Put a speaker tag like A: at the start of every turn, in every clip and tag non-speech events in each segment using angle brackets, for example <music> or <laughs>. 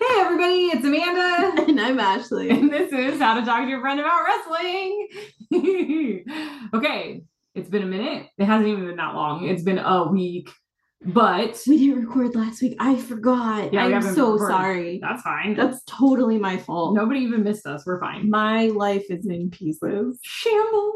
A: Hey everybody, it's Amanda,
B: <laughs> And I'm
A: <laughs>
B: Ashley.
A: and this is How to Talk to Your Friend About Wrestling. <laughs> okay, it's been a minute. It hasn't even been that long. It's been a week, but
B: We didn't record last week. I forgot.
A: Yeah, we
B: I'm
A: haven't
B: so
A: recorded.
B: sorry.
A: that's fine.
B: That's totally my fault.
A: Nobody even missed us. We're fine.
B: My life is in pieces.
A: Shambles.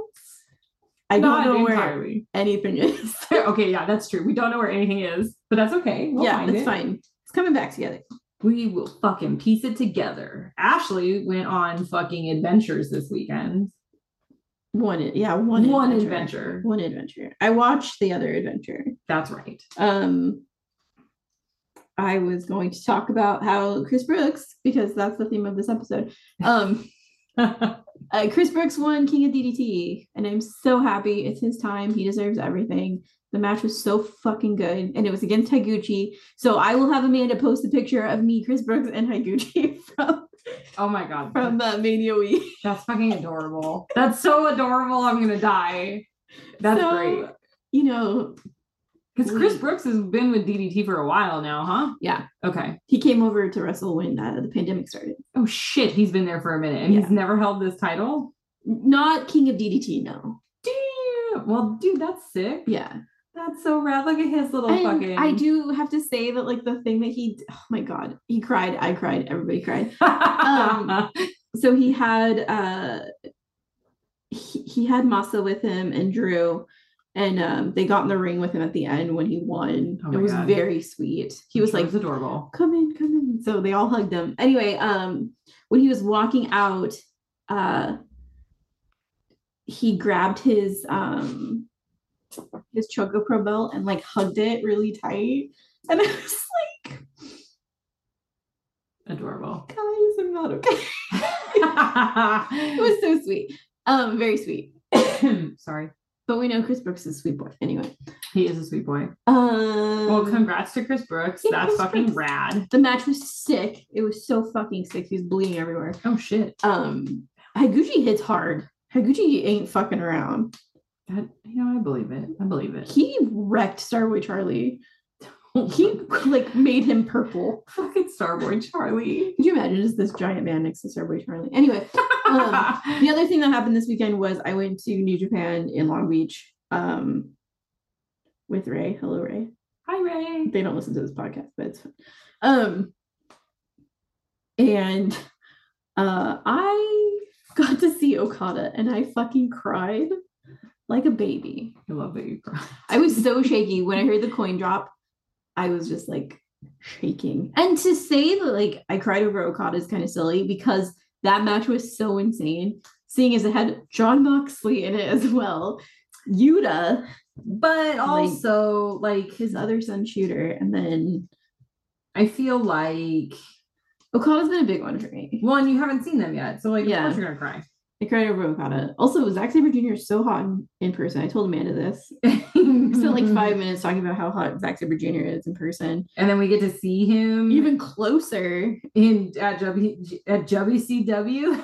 B: I
A: Not
B: don't know where
A: entirely. <laughs>
B: anything <laughs> is.
A: okay, yeah, that's true. We don't know where anything is, but that's okay. We'll
B: yeah,
A: find
B: it's
A: it.
B: fine. It's coming back together.
A: We will fucking piece it together. Ashley went on fucking adventures this weekend.
B: One, yeah, one,
A: One
B: adventure.
A: adventure.
B: One adventure. I watched the other adventure.
A: That's right.
B: Um, I was going to talk about how Chris Brooks, because that's the theme of this episode. Um,
A: <laughs>
B: Uh, Chris Brooks won King of DDT, and I'm so happy. It's his time. He deserves everything. The match was so fucking good, and it was against Higuchi. So I will have Amanda post a picture of me, Chris Brooks, and Higuchi <laughs> from
A: oh my god.
B: from uh, Mania Week. <laughs>
A: That's fucking adorable. That's so adorable. I'm gonna die. That's
B: So-
A: great.
B: You know,
A: Because Chris
B: we-
A: Brooks has been with DDT for a while now, huh?
B: yeah,
A: Okay.
B: he came over to wrestle when uh, the pandemic started.
A: Oh shit, he's been there for a minute and
B: Yeah.
A: he's never held this title.
B: Not King of DDT, no.
A: Damn. Well, dude, that's sick.
B: Yeah,
A: That's so rad. Look at his little
B: And
A: Oh, fucking.
B: I do have to say that like the thing that he, oh my god, he cried, I cried, everybody cried.
A: <laughs>
B: Um, so he had uh he, he had Masa with him and Drew and um they got in the ring with him at the end when he won.
A: Oh
B: it
A: my
B: was
A: God.
B: very sweet. He was
A: That
B: like,
A: adorable.
B: "Come in, come in." So they all hugged him. Anyway, um when he was walking out, uh he grabbed his um his Choco Pro belt and like hugged it really tight. And <laughs> I was like, <laughs>
A: Adorable. <laughs>
B: "Guys, I'm not okay." it
A: it
B: was so sweet. Um very sweet.
A: was sorry.
B: But we know Chris Brooks is a sweet boy. Anyway.
A: He is a sweet boy.
B: Um,
A: Well, congrats to Chris Brooks.
B: yeah,
A: That's
B: Chris
A: fucking
B: Brooks.
A: rad.
B: the match was sick. It was so fucking sick. He was bleeding everywhere.
A: Oh shit.
B: Um Higuchi hits hard. Higuchi ain't fucking around.
A: That you know, I believe it. I believe it.
B: He wrecked Starboy Charlie.
A: <laughs>
B: He like made him purple.
A: fucking Starboard Charlie.
B: Could you imagine just this giant man next to Starboy Charlie?
A: <laughs>
B: Anyway, um, the other thing that happened this weekend was I went to New Japan in Long Beach um, with Ray. Hello, Ray.
A: Hi Ray.
B: they don't listen to this podcast, but it's fine. Um, and uh, I got to see Okada, and I fucking cried like a baby.
A: I love that you cry.
B: I was so shaky when I heard the coin drop. I was just like shaking. And to say that like I cried over Okada is kind of silly because that match was so insane. Seeing as it had John Moxley in it as well, Yuta,
A: But also, like,
B: his other son Shooter, and then
A: I feel like
B: Okada's been a big one for me.
A: one, you haven't seen them yet, so like, of
B: Yeah.
A: course you're gonna cry.
B: I cried over Okada. Also, Zack Sabre Jr. is so hot in, in person. I told Amanda this. I spent like five minutes talking about how hot Zack Sabre Jr. is in person.
A: <laughs> and then we get to see him
B: Even closer,
A: in at W at WCW.
B: <laughs>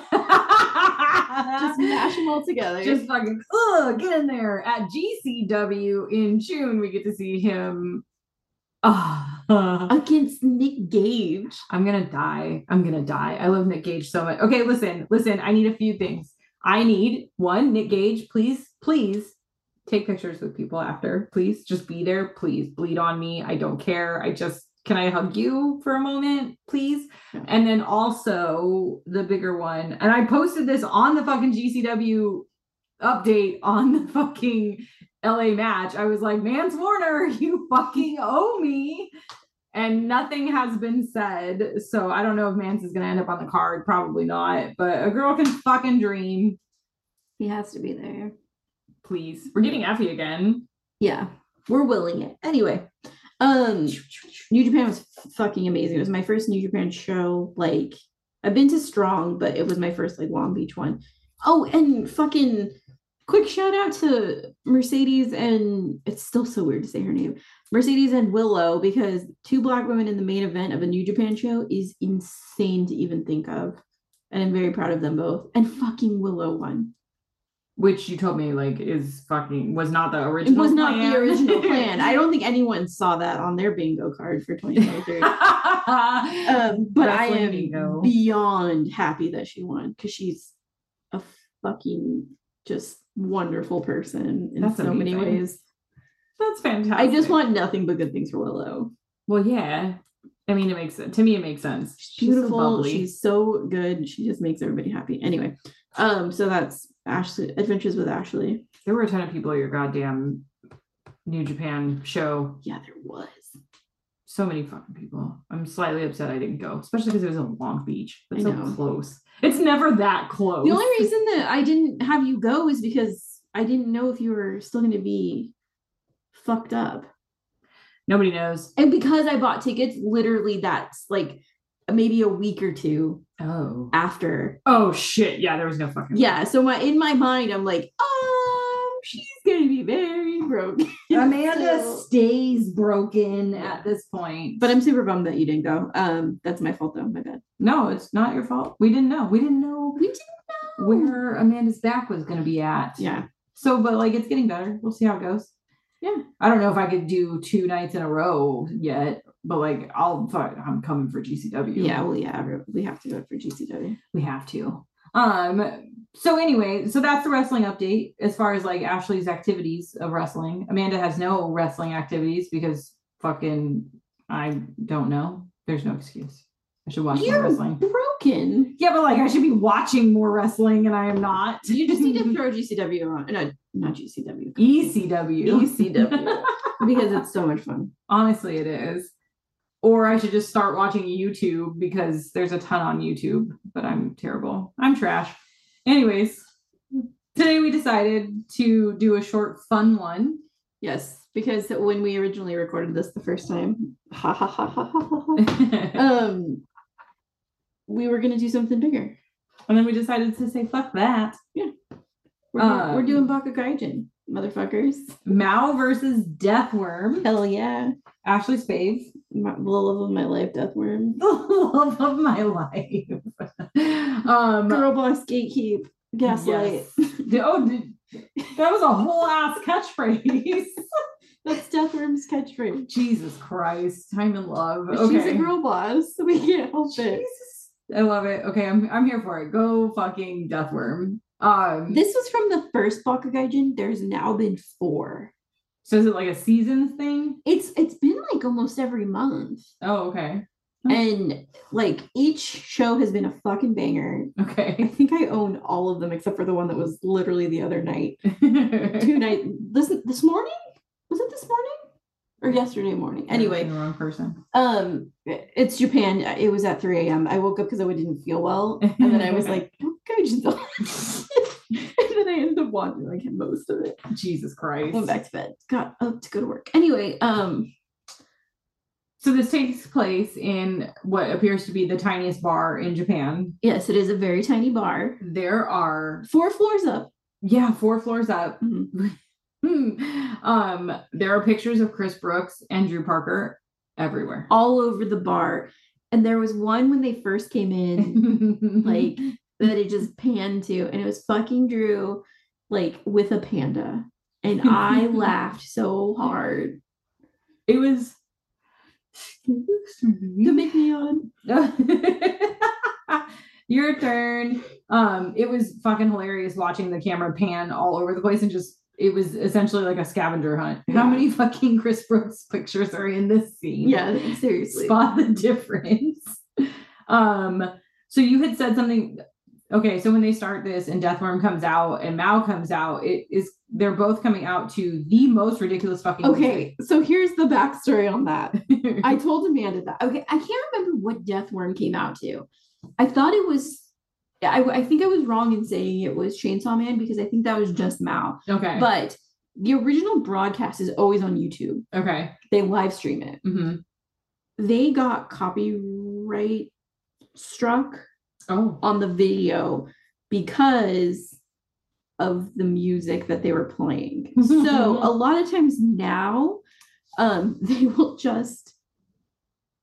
B: just mash them all together.
A: Just fucking ugh, get in there at GCW in June. We get to see him. Ah.
B: against Nick Gage.
A: I'm gonna die. I'm gonna die. I love Nick Gage so much. Okay, listen, listen. I need a few things. I need one, Nick Gage, please, please take pictures with people after. Please just be there. Please bleed on me. I don't care. I just can I hug you for a moment, please?
B: Yeah.
A: And then also the bigger one, and I posted this on the fucking GCW update on the fucking LA match. I was like, Mans Warner, <laughs> you fucking owe me. And nothing has been said. So I don't know if Mans is going to end up on the card. Probably not. But a girl can fucking dream.
B: He has to be there.
A: Please. We're getting Effie again.
B: Yeah, we're willing it. Anyway, um, New Japan was fucking amazing. It was my first New Japan show. Like I've been to Strong, but it was my first like Long Beach one. Oh, and fucking quick shout out to Mercedes and it's still so weird to say her name. Mercedes and Willow because two black women in the main event of a New Japan show is insane to even think of. And I'm very proud of them both. And fucking Willow won.
A: which you told me like is fucking was not the
B: It
A: original.
B: was not the
A: plan.
B: original
A: <laughs>
B: plan. I don't think anyone saw that on their bingo card
A: <laughs>
B: for 2023.
A: Uh,
B: um, but I
A: Wrestling
B: am
A: bingo.
B: beyond happy that she won because she's a fucking just wonderful person in
A: That's
B: so many
A: amazing.
B: ways.
A: That's fantastic.
B: I just want nothing but good things for Willow.
A: Well, yeah. I mean, it makes to me it makes sense.
B: She's
A: She's so
B: beautiful.
A: bubbly.
B: She's so good. She just makes everybody happy. Anyway, um, so that's Ashley Adventures with Ashley.
A: there were a ton of people at your goddamn New Japan show.
B: Yeah, there was.
A: So many fucking people. I'm slightly upset I didn't go, especially because it was in Long Beach. That's
B: I
A: so
B: know.
A: close. It's never that close.
B: The only reason that I didn't have you go is because I didn't know if you were still going to be fucked up.
A: nobody knows.
B: and because I bought tickets literally that's like maybe a week or two
A: Oh.
B: after.
A: Oh shit. Yeah, there was no fucking
B: Yeah, so my in my mind I'm like, oh, she's gonna be very broke. <laughs>
A: Amanda
B: So-
A: stays broken at this point.
B: but I'm super bummed that you didn't go. Um, that's my fault though. My bad.
A: no, it's not your fault. We didn't know. We didn't know
B: We didn't
A: where Amanda's back was going to be at.
B: Yeah,
A: So, but like it's getting better. We'll see how it goes.
B: Yeah.
A: I don't know if I could do two nights in a row yet, but like I'll, fuck, I'm coming for GCW.
B: yeah. Well, yeah. we- We have to go for GCW.
A: we have to. Um. So anyway, so that's the wrestling update as far as like Ashley's activities of wrestling. Amanda has no wrestling activities because fucking I don't know. There's no excuse. I should watch more
B: You're
A: wrestling.
B: broken.
A: Yeah, but like I should be watching more wrestling, and I am not.
B: You
A: <laughs>
B: just <laughs> need to throw GCW on. No, not GCW.
A: E ECW.
B: E ECW <laughs> because it's so much fun.
A: Honestly, it is. Or I should just start watching YouTube because there's a ton on YouTube, but I'm terrible. I'm trash. Anyways, today we decided to do a short, fun one. <laughs>
B: Yes, because when we originally recorded this the first time, ha ha ha ha ha ha. ha, um we were gonna do something bigger.
A: and then we decided to say, fuck that.
B: We're, doing- we're
A: Um,
B: doing Baka Gaijin, motherfuckers.
A: Mao versus Deathworm,
B: Hell yeah.
A: Ashley Spave, <laughs>
B: My, the love of my life, Death Worm.
A: the love of my life. um,
B: Girl boss gatekeep. Gaslight.
A: Yes. <laughs> Oh, dude, that was a whole ass catchphrase. <laughs>
B: That's Death Worm's catchphrase.
A: Jesus Christ, time and love.
B: But
A: okay.
B: She's a girl boss. so We can't help it.
A: Jesus. I love it. Okay, I'm I'm here for it. Go fucking Deathworm. Um,
B: This was from the first Baka Gaijin. There's now been four.
A: so is it like a seasons thing?
B: It's it's been like almost every month.
A: Oh, okay,
B: And like each show has been a fucking banger. I <laughs>
A: okay.
B: think I own all of them except for the one that was literally the other night. Two night this this morning? Was it this morning? Or yesterday morning.
A: I'm
B: Anyway,
A: the wrong person.
B: um it's Japan. It was at 3 a.m. I woke up because I didn't feel well. And then I was like, "Oh, go Giselle." <laughs> and then I ended up watching like most of it.
A: Jesus
B: Went
A: Christ.
B: back to bed. Got up to go to work. Anyway, um
A: So this takes place in what appears to be the tiniest bar in Japan.
B: yes, it is a very tiny bar.
A: There are
B: Four floors up.
A: yeah four floors up.
B: Mhm. Mm-hmm.
A: Hmm. <laughs> um, there are pictures of Chris Brooks and Drew Parker everywhere.
B: all over the bar. And there was one when they first came <laughs> in,
A: like
B: like that it just panned to, and it was fucking Drew, like with a panda. <laughs> And I laughed so hard.
A: <laughs> it was
B: You make me on.
A: <laughs> your turn um it was fucking hilarious watching the camera pan all over the place and just it was essentially like a scavenger hunt <laughs> how
B: Yeah.
A: many fucking chris brooks pictures are in this scene
B: Yeah, seriously.
A: spot the difference <laughs> um so you had said something okay so when they start this and deathworm comes out and mao comes out it is they're both coming out to the most ridiculous fucking
B: Okay, so here's the backstory on that.
A: music.
B: I told Amanda that. Okay, I can't remember what Death Worm came out to. I thought it was. I, I think I was wrong in saying it was Chainsaw Man because I think that was just Mal.
A: <laughs> okay
B: But the original broadcast is always on YouTube.
A: okay
B: They live stream it.
A: hmm
B: they got copyright struck
A: Oh,
B: on the video because of the music that they were playing.
A: <laughs>
B: so a lot of times now, um, <laughs> they will just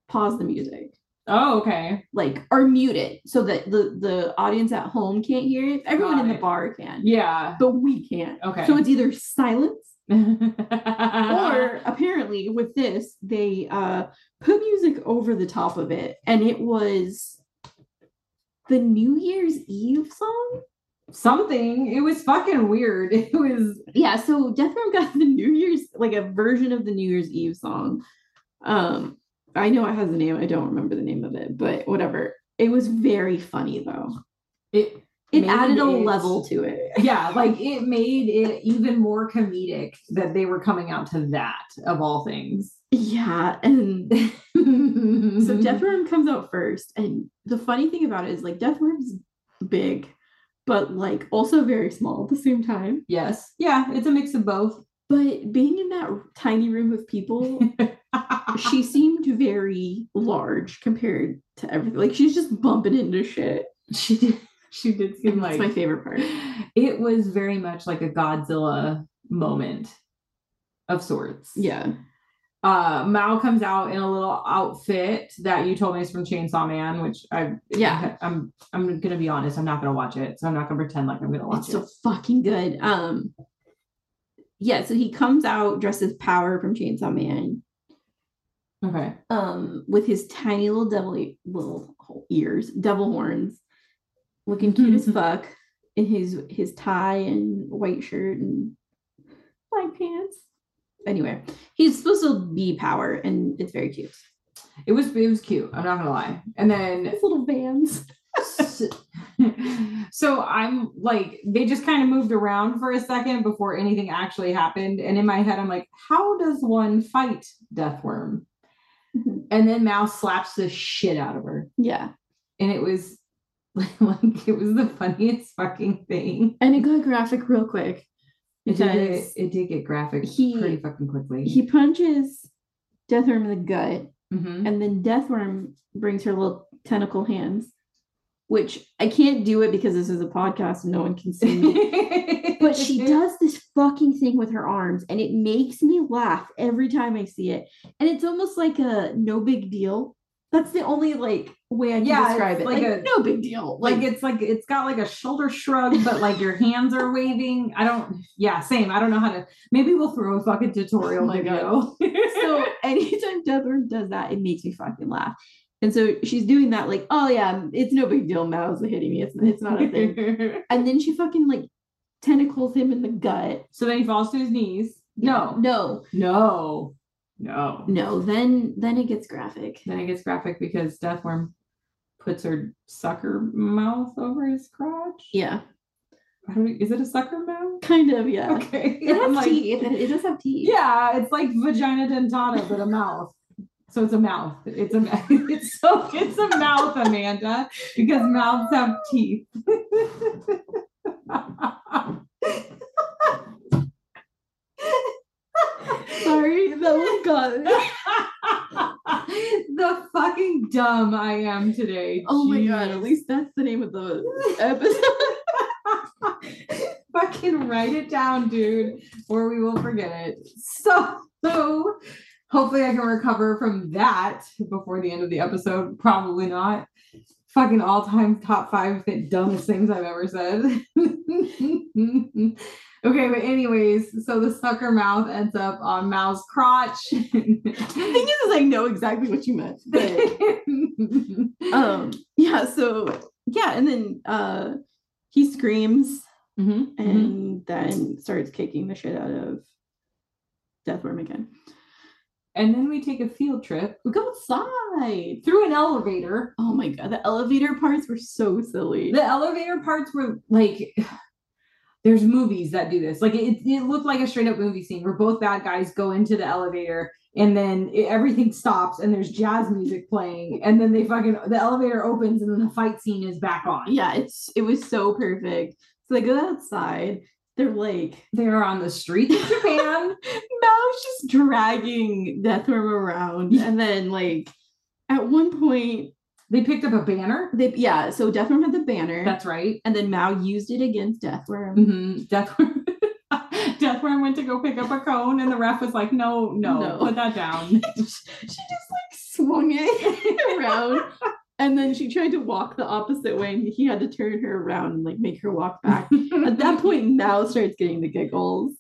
B: pause the music,
A: oh, okay.
B: like or mute it, so that the the audience at home can't hear it. Everyone
A: Got
B: in the
A: it.
B: bar can,
A: Yeah.
B: but we can't.
A: Okay.
B: So it's either silence
A: <laughs> or
B: or apparently with this they uh put music over the top of it and it was the new year's eve song
A: something. It was fucking weird. <laughs> It was
B: yeah so death row got <laughs> the new year's like a version of the new year's eve song um i know it has a name i don't remember the name of it but whatever it was very funny though
A: it.
B: it
A: made
B: added a
A: it-
B: level to it
A: <laughs> Yeah, like it made it even more comedic that they were coming out to that of all things.
B: yeah and <laughs> So
A: so
B: Death Worm comes out first, and the funny thing about it is like Death Worm's big, but like also very small at the same time.
A: <laughs> Yes. Yeah, it's a mix of both. <laughs>
B: But being in that tiny room of people, she seemed very large compared to everything. Like she's just bumping into shit.
A: she did. She did seem
B: And
A: like
B: that's my favorite part.
A: it was very much like a Godzilla moment of sorts.
B: Yeah.
A: Uh Mao comes out in a little outfit that you told me is from Chainsaw Man, which I
B: Yeah.
A: I'm I'm gonna be honest, I'm not gonna watch it. So I'm not gonna pretend like I'm gonna watch
B: It's
A: it.
B: so fucking good. Um yeah, so he comes out dressed as power from Chainsaw Man.
A: okay.
B: um with his tiny little devil e- little ears, devil horns, looking cute as fuck in his his tie and white shirt and black pants. Anyway, he's supposed to be power, and it's very cute.
A: It was it was cute, I'm not gonna lie. And then
B: His little bands.
A: so, <laughs> so I'm like, they just kind of moved around for a second before anything actually happened. And in my head, I'm like, how does one fight
B: <laughs>
A: Deathworm?
B: Mhm.
A: And then Mao slaps the shit out of her.
B: Yeah,
A: And it was <laughs> like, it was the funniest fucking thing.
B: and it got graphic real quick
A: It did, get,
B: Because
A: it did get graphic
B: he-
A: pretty fucking quickly.
B: he punches Deathworm in the gut,
A: Mhm.
B: and then Deathworm brings her little tentacle hands. Which I can't do it because this is a podcast and no one can see me. <laughs>
A: <laughs>
B: but she does this fucking thing with her arms and it makes me laugh every time i see it and it's almost like a no big deal that's the only like way i can
A: Yeah, it's
B: describe it
A: like
B: like,
A: a-
B: no big deal
A: like it's like it's got like a shoulder shrug but like your hands are waving i don't yeah same i don't know how to maybe we'll throw a fucking tutorial
B: Oh my
A: video
B: <laughs>
A: <laughs>
B: so anytime deborah does that it makes me fucking laugh and so she's doing that like oh yeah it's no big deal mouse hitting me it's, it's not
A: <laughs>
B: a thing and then she fucking like tentacles him in the gut
A: so then he falls to his knees no
B: no
A: no no
B: no then then it gets graphic
A: then it gets graphic because deathworm puts her sucker mouth over his crotch
B: yeah
A: I don't, is it a sucker mouth
B: kind of yeah
A: okay
B: it
A: <laughs> I'm
B: has
A: like-
B: teeth it, it does have teeth
A: Yeah, it's like vagina dentata, but a mouth. So it's a mouth. It's a <laughs> mou- it's so it's a mouth, Amanda, because mouths have
B: <laughs>
A: teeth. <laughs>
B: Sorry, that was <laughs> gone.
A: the fucking dumb I am today.
B: Oh my god,
A: Jeez.
B: at least that's the name of <laughs> the episode.
A: <laughs> fucking write it down, dude, or we will forget it. So, so hopefully I can recover from that before the end of the episode. Probably not. Fucking all time top five th- dumbest things I've ever said. <laughs> okay, but anyways, so the sucker mouth ends up on Mao's crotch. <laughs>
B: The thing is, is I know exactly what you meant. <laughs> But um yeah, so yeah, and then uh he screams
A: Mhm,
B: Mm-hmm.
A: mhm.
B: and then starts kicking the shit out of Deathworm again.
A: and then we take a field trip
B: We go outside.
A: through an elevator.
B: Oh my god, the elevator parts were so silly.
A: the elevator parts were like <sighs> there's movies that do this like it, it looked like a straight up movie scene where both bad guys go into the elevator and then it, everything stops and there's jazz music playing and then they fucking the elevator opens and then the fight scene is back on
B: Yeah, it's it was so perfect. So they go outside, they're like
A: they're on the streets of japan <laughs>
B: Mal's just dragging Deathworm around, and then like at one point,
A: They picked up a banner.
B: they yeah, so Deathworm had the banner,
A: That's right.
B: and then Mao used it against Deathworm.
A: Mm-hmm. <laughs> Deathworm. Deathworm went to go pick up a cone, and the ref was like, "No, no,
B: No.
A: put that down." <laughs>
B: <laughs> she just like swung it <laughs> around, and then she tried to walk the opposite way, and he had to turn her around and like make her walk back. At that point, Mao starts getting the giggles.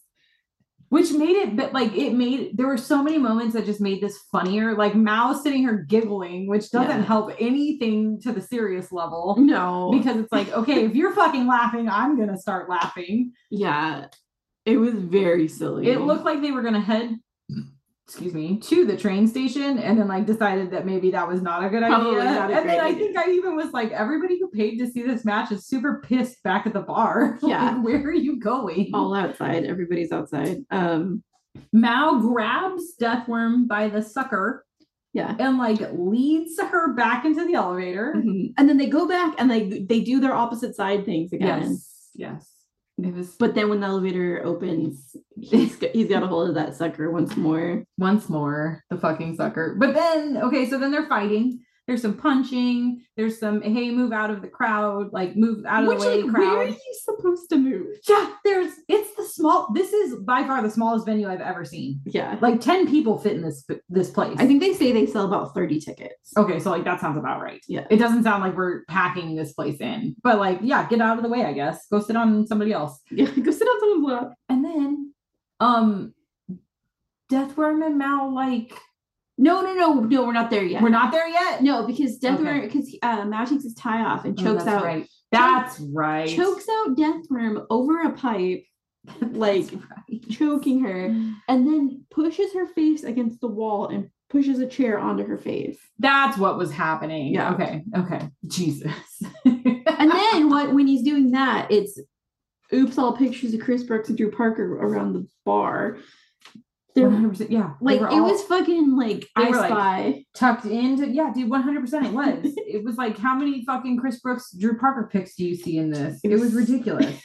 A: which made it but like it made there were so many moments that just made this funnier like mao sitting here giggling which doesn't
B: Yeah.
A: help anything to the serious
B: <laughs>
A: level
B: No,
A: because it's like okay if you're fucking laughing i'm gonna start laughing
B: yeah, it was very silly.
A: it looked like they were gonna head excuse me to the train station and then like decided that maybe that was not a good
B: Probably
A: idea
B: not a
A: and then
B: great
A: i
B: idea.
A: think i even was like everybody who paid to see this match is super pissed back at the bar <laughs> Like,
B: Yeah.
A: where are you going
B: all outside. Everybody's outside. Um,
A: mao grabs deathworm by the sucker
B: yeah.
A: and like leads her back into the elevator.
B: Mhm. And then they go back and they they do their opposite side things again.
A: Yes. It was
B: But then when the elevator opens, he's g- he's got a hold of that sucker once more.
A: once more the fucking sucker. But then, okay, so then they're fighting. There's some punching. There's some, hey, move out of the crowd, like move out of
B: Which
A: the way
B: like, where are
A: crowd.
B: you supposed to move?
A: yeah, there's, it's the small, this is by far the smallest venue I've ever seen.
B: Yeah,
A: Like 10 people fit in this this place.
B: I think they say they sell about thirty tickets.
A: Okay, so like that sounds about right.
B: Yeah.
A: It doesn't sound like we're packing this place in, but like, yeah, get out of the way, I guess. Go sit on somebody else.
B: Yeah, <laughs> go sit on someone's lap.
A: And then, um, Deathworm and Mal like
B: No, no, no, no, we're not there yet.
A: we're not there yet.
B: no, because
A: Okay.
B: Deathworm because uh, Mao takes his tie off and
A: Oh,
B: chokes
A: that's
B: out
A: Right. That's right.
B: chokes out Deathworm over a pipe, <laughs> like
A: That's right.
B: choking her. and then pushes her face against the wall and pushes a chair onto her face.
A: That's what was happening.
B: Yeah.
A: Okay. Okay. Jesus.
B: And then what when he's doing that, it's oops, all pictures of Chris Brooks and Drew Parker around the bar. They're
A: 100%, <laughs> yeah. they
B: like
A: were
B: it
A: all
B: was fucking like
A: They
B: I
A: were, like,
B: spy.
A: tucked into. Yeah, dude. One hundred percent. It
B: <laughs>
A: was. it was like how many fucking Chris Brooks, Drew Parker pics do you see in this? It was ridiculous.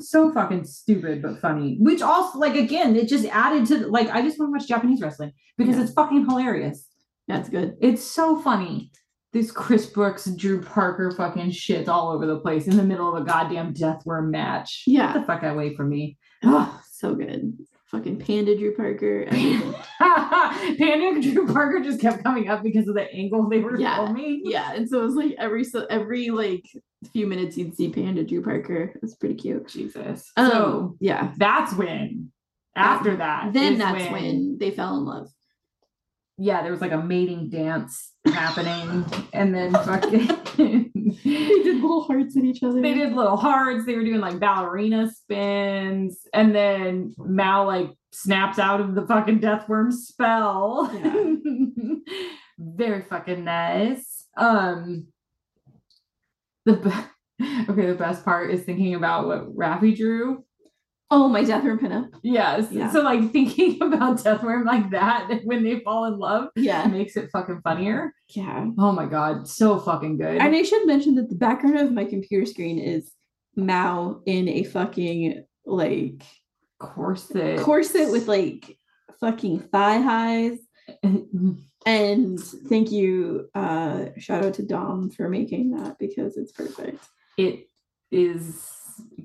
A: so fucking stupid but funny. Which also like again, it just added to the- like I just want to watch Japanese wrestling because
B: Yeah.
A: it's fucking hilarious.
B: That's good.
A: It's so funny. This Chris Brooks, Drew Parker fucking shit all over the place in the middle of a goddamn deathworm match. Get
B: Yeah.
A: the fuck away from me. <laughs>
B: Oh, so good. Fucking panda Drew Parker. everything. <laughs>
A: Panda and Drew Parker just kept coming up because of the angle they were
B: Yeah.
A: filming.
B: yeah. And so it was like every so every like few minutes you'd see Panda Drew Parker. It's pretty cute.
A: Jesus.
B: Um,
A: so
B: yeah.
A: that's when. After that,
B: Then
A: is
B: that's when they fell in love.
A: yeah, there was like a mating
B: <laughs>
A: dance happening, and then fucking <laughs>
B: They did little hearts at each other.
A: they did little hearts. They were doing like ballerina spins, and then Mal like snaps out of the fucking deathworm spell. <laughs> Very fucking nice. Um, the be- <laughs> okay, the best part is thinking about what Raffy drew.
B: Oh my Deathworm pinup.
A: Yes,
B: Yeah.
A: so like <laughs> thinking about deathworm like that when they fall in love
B: Yeah.
A: makes it fucking funnier.
B: Yeah.
A: Oh my god, so fucking good.
B: And I should mention that the background of my computer screen is Mao in a fucking like
A: corset,
B: corset with like fucking thigh highs. And thank you, uh, shout out to Dom for making that because it's perfect.
A: <laughs> it is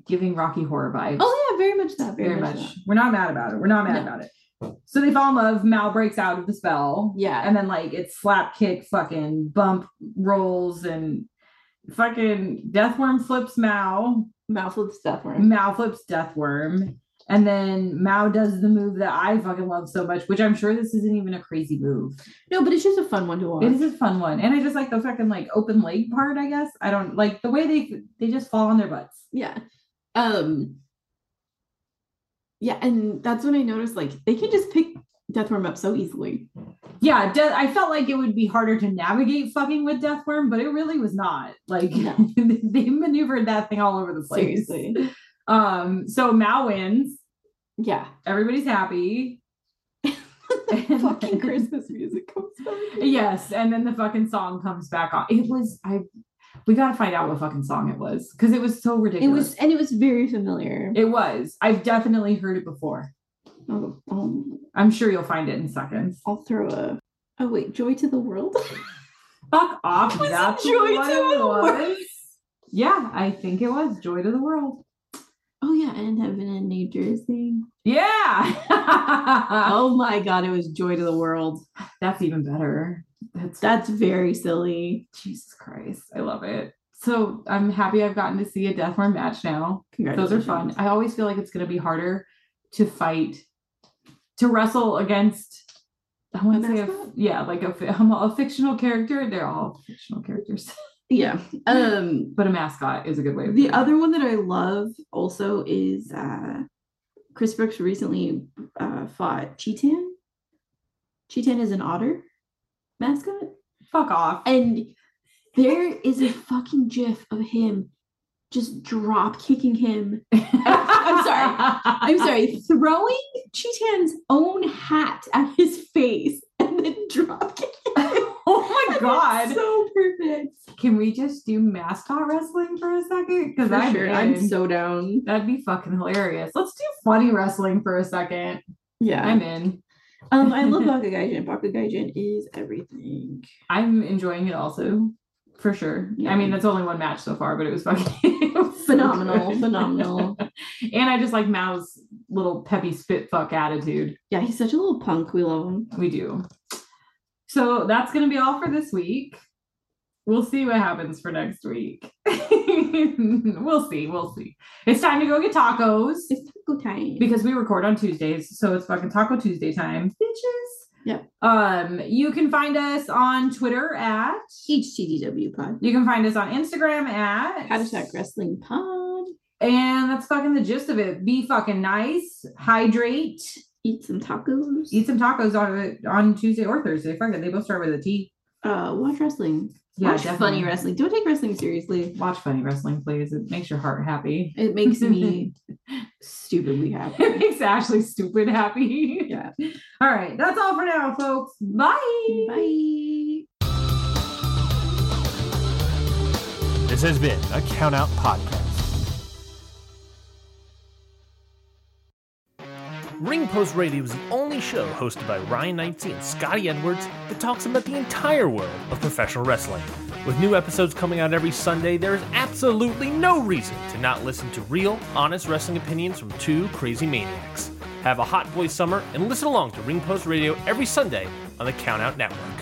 A: giving Rocky Horror vibes.
B: Oh yeah, very much that. Very,
A: very
B: much.
A: much.
B: that.
A: We're not mad about it. We're not mad
B: No.
A: about it. So they fall in love. Mal breaks out of the spell.
B: Yeah.
A: And then like it's slap kick, fucking bump rolls, and fucking Deathworm flips Mal.
B: Mouth of Deathworm.
A: Mal flips Deathworm. And then Mao does the move that I fucking love so much, which I'm sure this isn't even a crazy move.
B: No, but it's just a fun one to watch.
A: It is a fun one. And I just like the fucking like open leg part, I guess. I don't like the way they they just fall on their butts.
B: yeah. Um yeah, and that's when I noticed like they can just pick Deathworm up so easily.
A: Yeah, de- I felt like it would be harder to navigate fucking with Deathworm, but it really was not. Like
B: No.
A: <laughs> they maneuvered that thing all over the place.
B: Seriously.
A: Um, so Mao wins.
B: Yeah.
A: Everybody's happy.
B: <laughs>
A: <laughs>
B: fucking Christmas music comes back.
A: yes, and then the fucking song comes back on. It was I. We gotta find out what fucking song it was because it was so
B: It
A: ridiculous.
B: was and it was very familiar.
A: It was. I've definitely heard it before.
B: Oh, um,
A: I'm sure you'll find it in seconds.
B: I'll throw a Oh wait, Joy to the World. <laughs>
A: Fuck off.
B: Was it
A: That's
B: Joy
A: what
B: to
A: it
B: the
A: was.
B: World?
A: Yeah, I think it was Joy to the World.
B: oh yeah, and Heaven in New Jersey.
A: Yeah. <laughs>
B: Oh my God, it was Joy to the World.
A: That's even better. That's
B: That's very silly.
A: Jesus Christ. I love it. So I'm happy I've gotten to see a death worm match now. Those are fun. I always feel like it's gonna be harder to fight to wrestle against I want to say a, f-
B: mascot?
A: yeah, like a, fi- <laughs> a fictional character. They're all fictional characters, <laughs>
B: Yeah. Um,
A: but a mascot is a good way. Of
B: the
A: putting it.
B: other one that I love also is uh, Chris Brooks recently uh, fought Cheetan. Cheetan is an otter mascot,
A: fuck <laughs> off.
B: and there is a fucking gif of him just drop kicking him I'm sorry. <laughs> I'm sorry, throwing Cheetan's own hat at his face and then dropping.
A: Oh my god.
B: so perfect.
A: Can we just do mascot wrestling for a second? Because
B: For
A: I'm,
B: sure, I'm
A: in.
B: so down.
A: that'd be fucking hilarious. Let's do funny wrestling for a second.
B: Yeah,
A: I'm in.
B: <laughs> um, I love Bakugaijin. Bakugaijin is everything.
A: I'm enjoying it also, for sure.
B: Yeah.
A: I mean, that's only one match so far, but it was fucking <laughs> it was so
B: Phenomenal, <laughs>
A: good.
B: phenomenal.
A: <laughs> and I just like Mao's little peppy spit fuck attitude.
B: Yeah, he's such a little punk. We love him.
A: We do. So that's gonna be all for this week. We'll see what happens for next week. <laughs> we'll see. We'll see. It's time to go get tacos
B: It's taco time.
A: because we record on Tuesdays, so it's fucking Taco Tuesday time, bitches.
B: Yep.
A: Um, you can find us on Twitter at.
B: HTDW pod.
A: You can find us on Instagram at.
B: Hashtag wrestling pod.
A: And that's fucking the gist of it. Be fucking nice. Hydrate.
B: Eat some tacos.
A: Eat some tacos on on Tuesday or Thursday. Fuck it. They both start with a T.
B: uh, watch wrestling. watch funny wrestling. Don't take wrestling seriously.
A: Watch funny wrestling, please. It makes your heart happy. <laughs>
B: It makes me stupidly happy.
A: It makes Ashley stupid happy.
B: Yeah.
A: <laughs> All right. That's all for now, folks. Bye.
B: Bye.
C: This has been a Countout Podcast. Ring Post Radio is the only show hosted by Ryan Knightsey and Scotty Edwards that talks about the entire world of professional wrestling. With new episodes coming out every Sunday, there is absolutely no reason to not listen to real, honest wrestling opinions from two crazy maniacs. Have a hot boy summer and listen along to Ring Post Radio every Sunday on the Countout Network.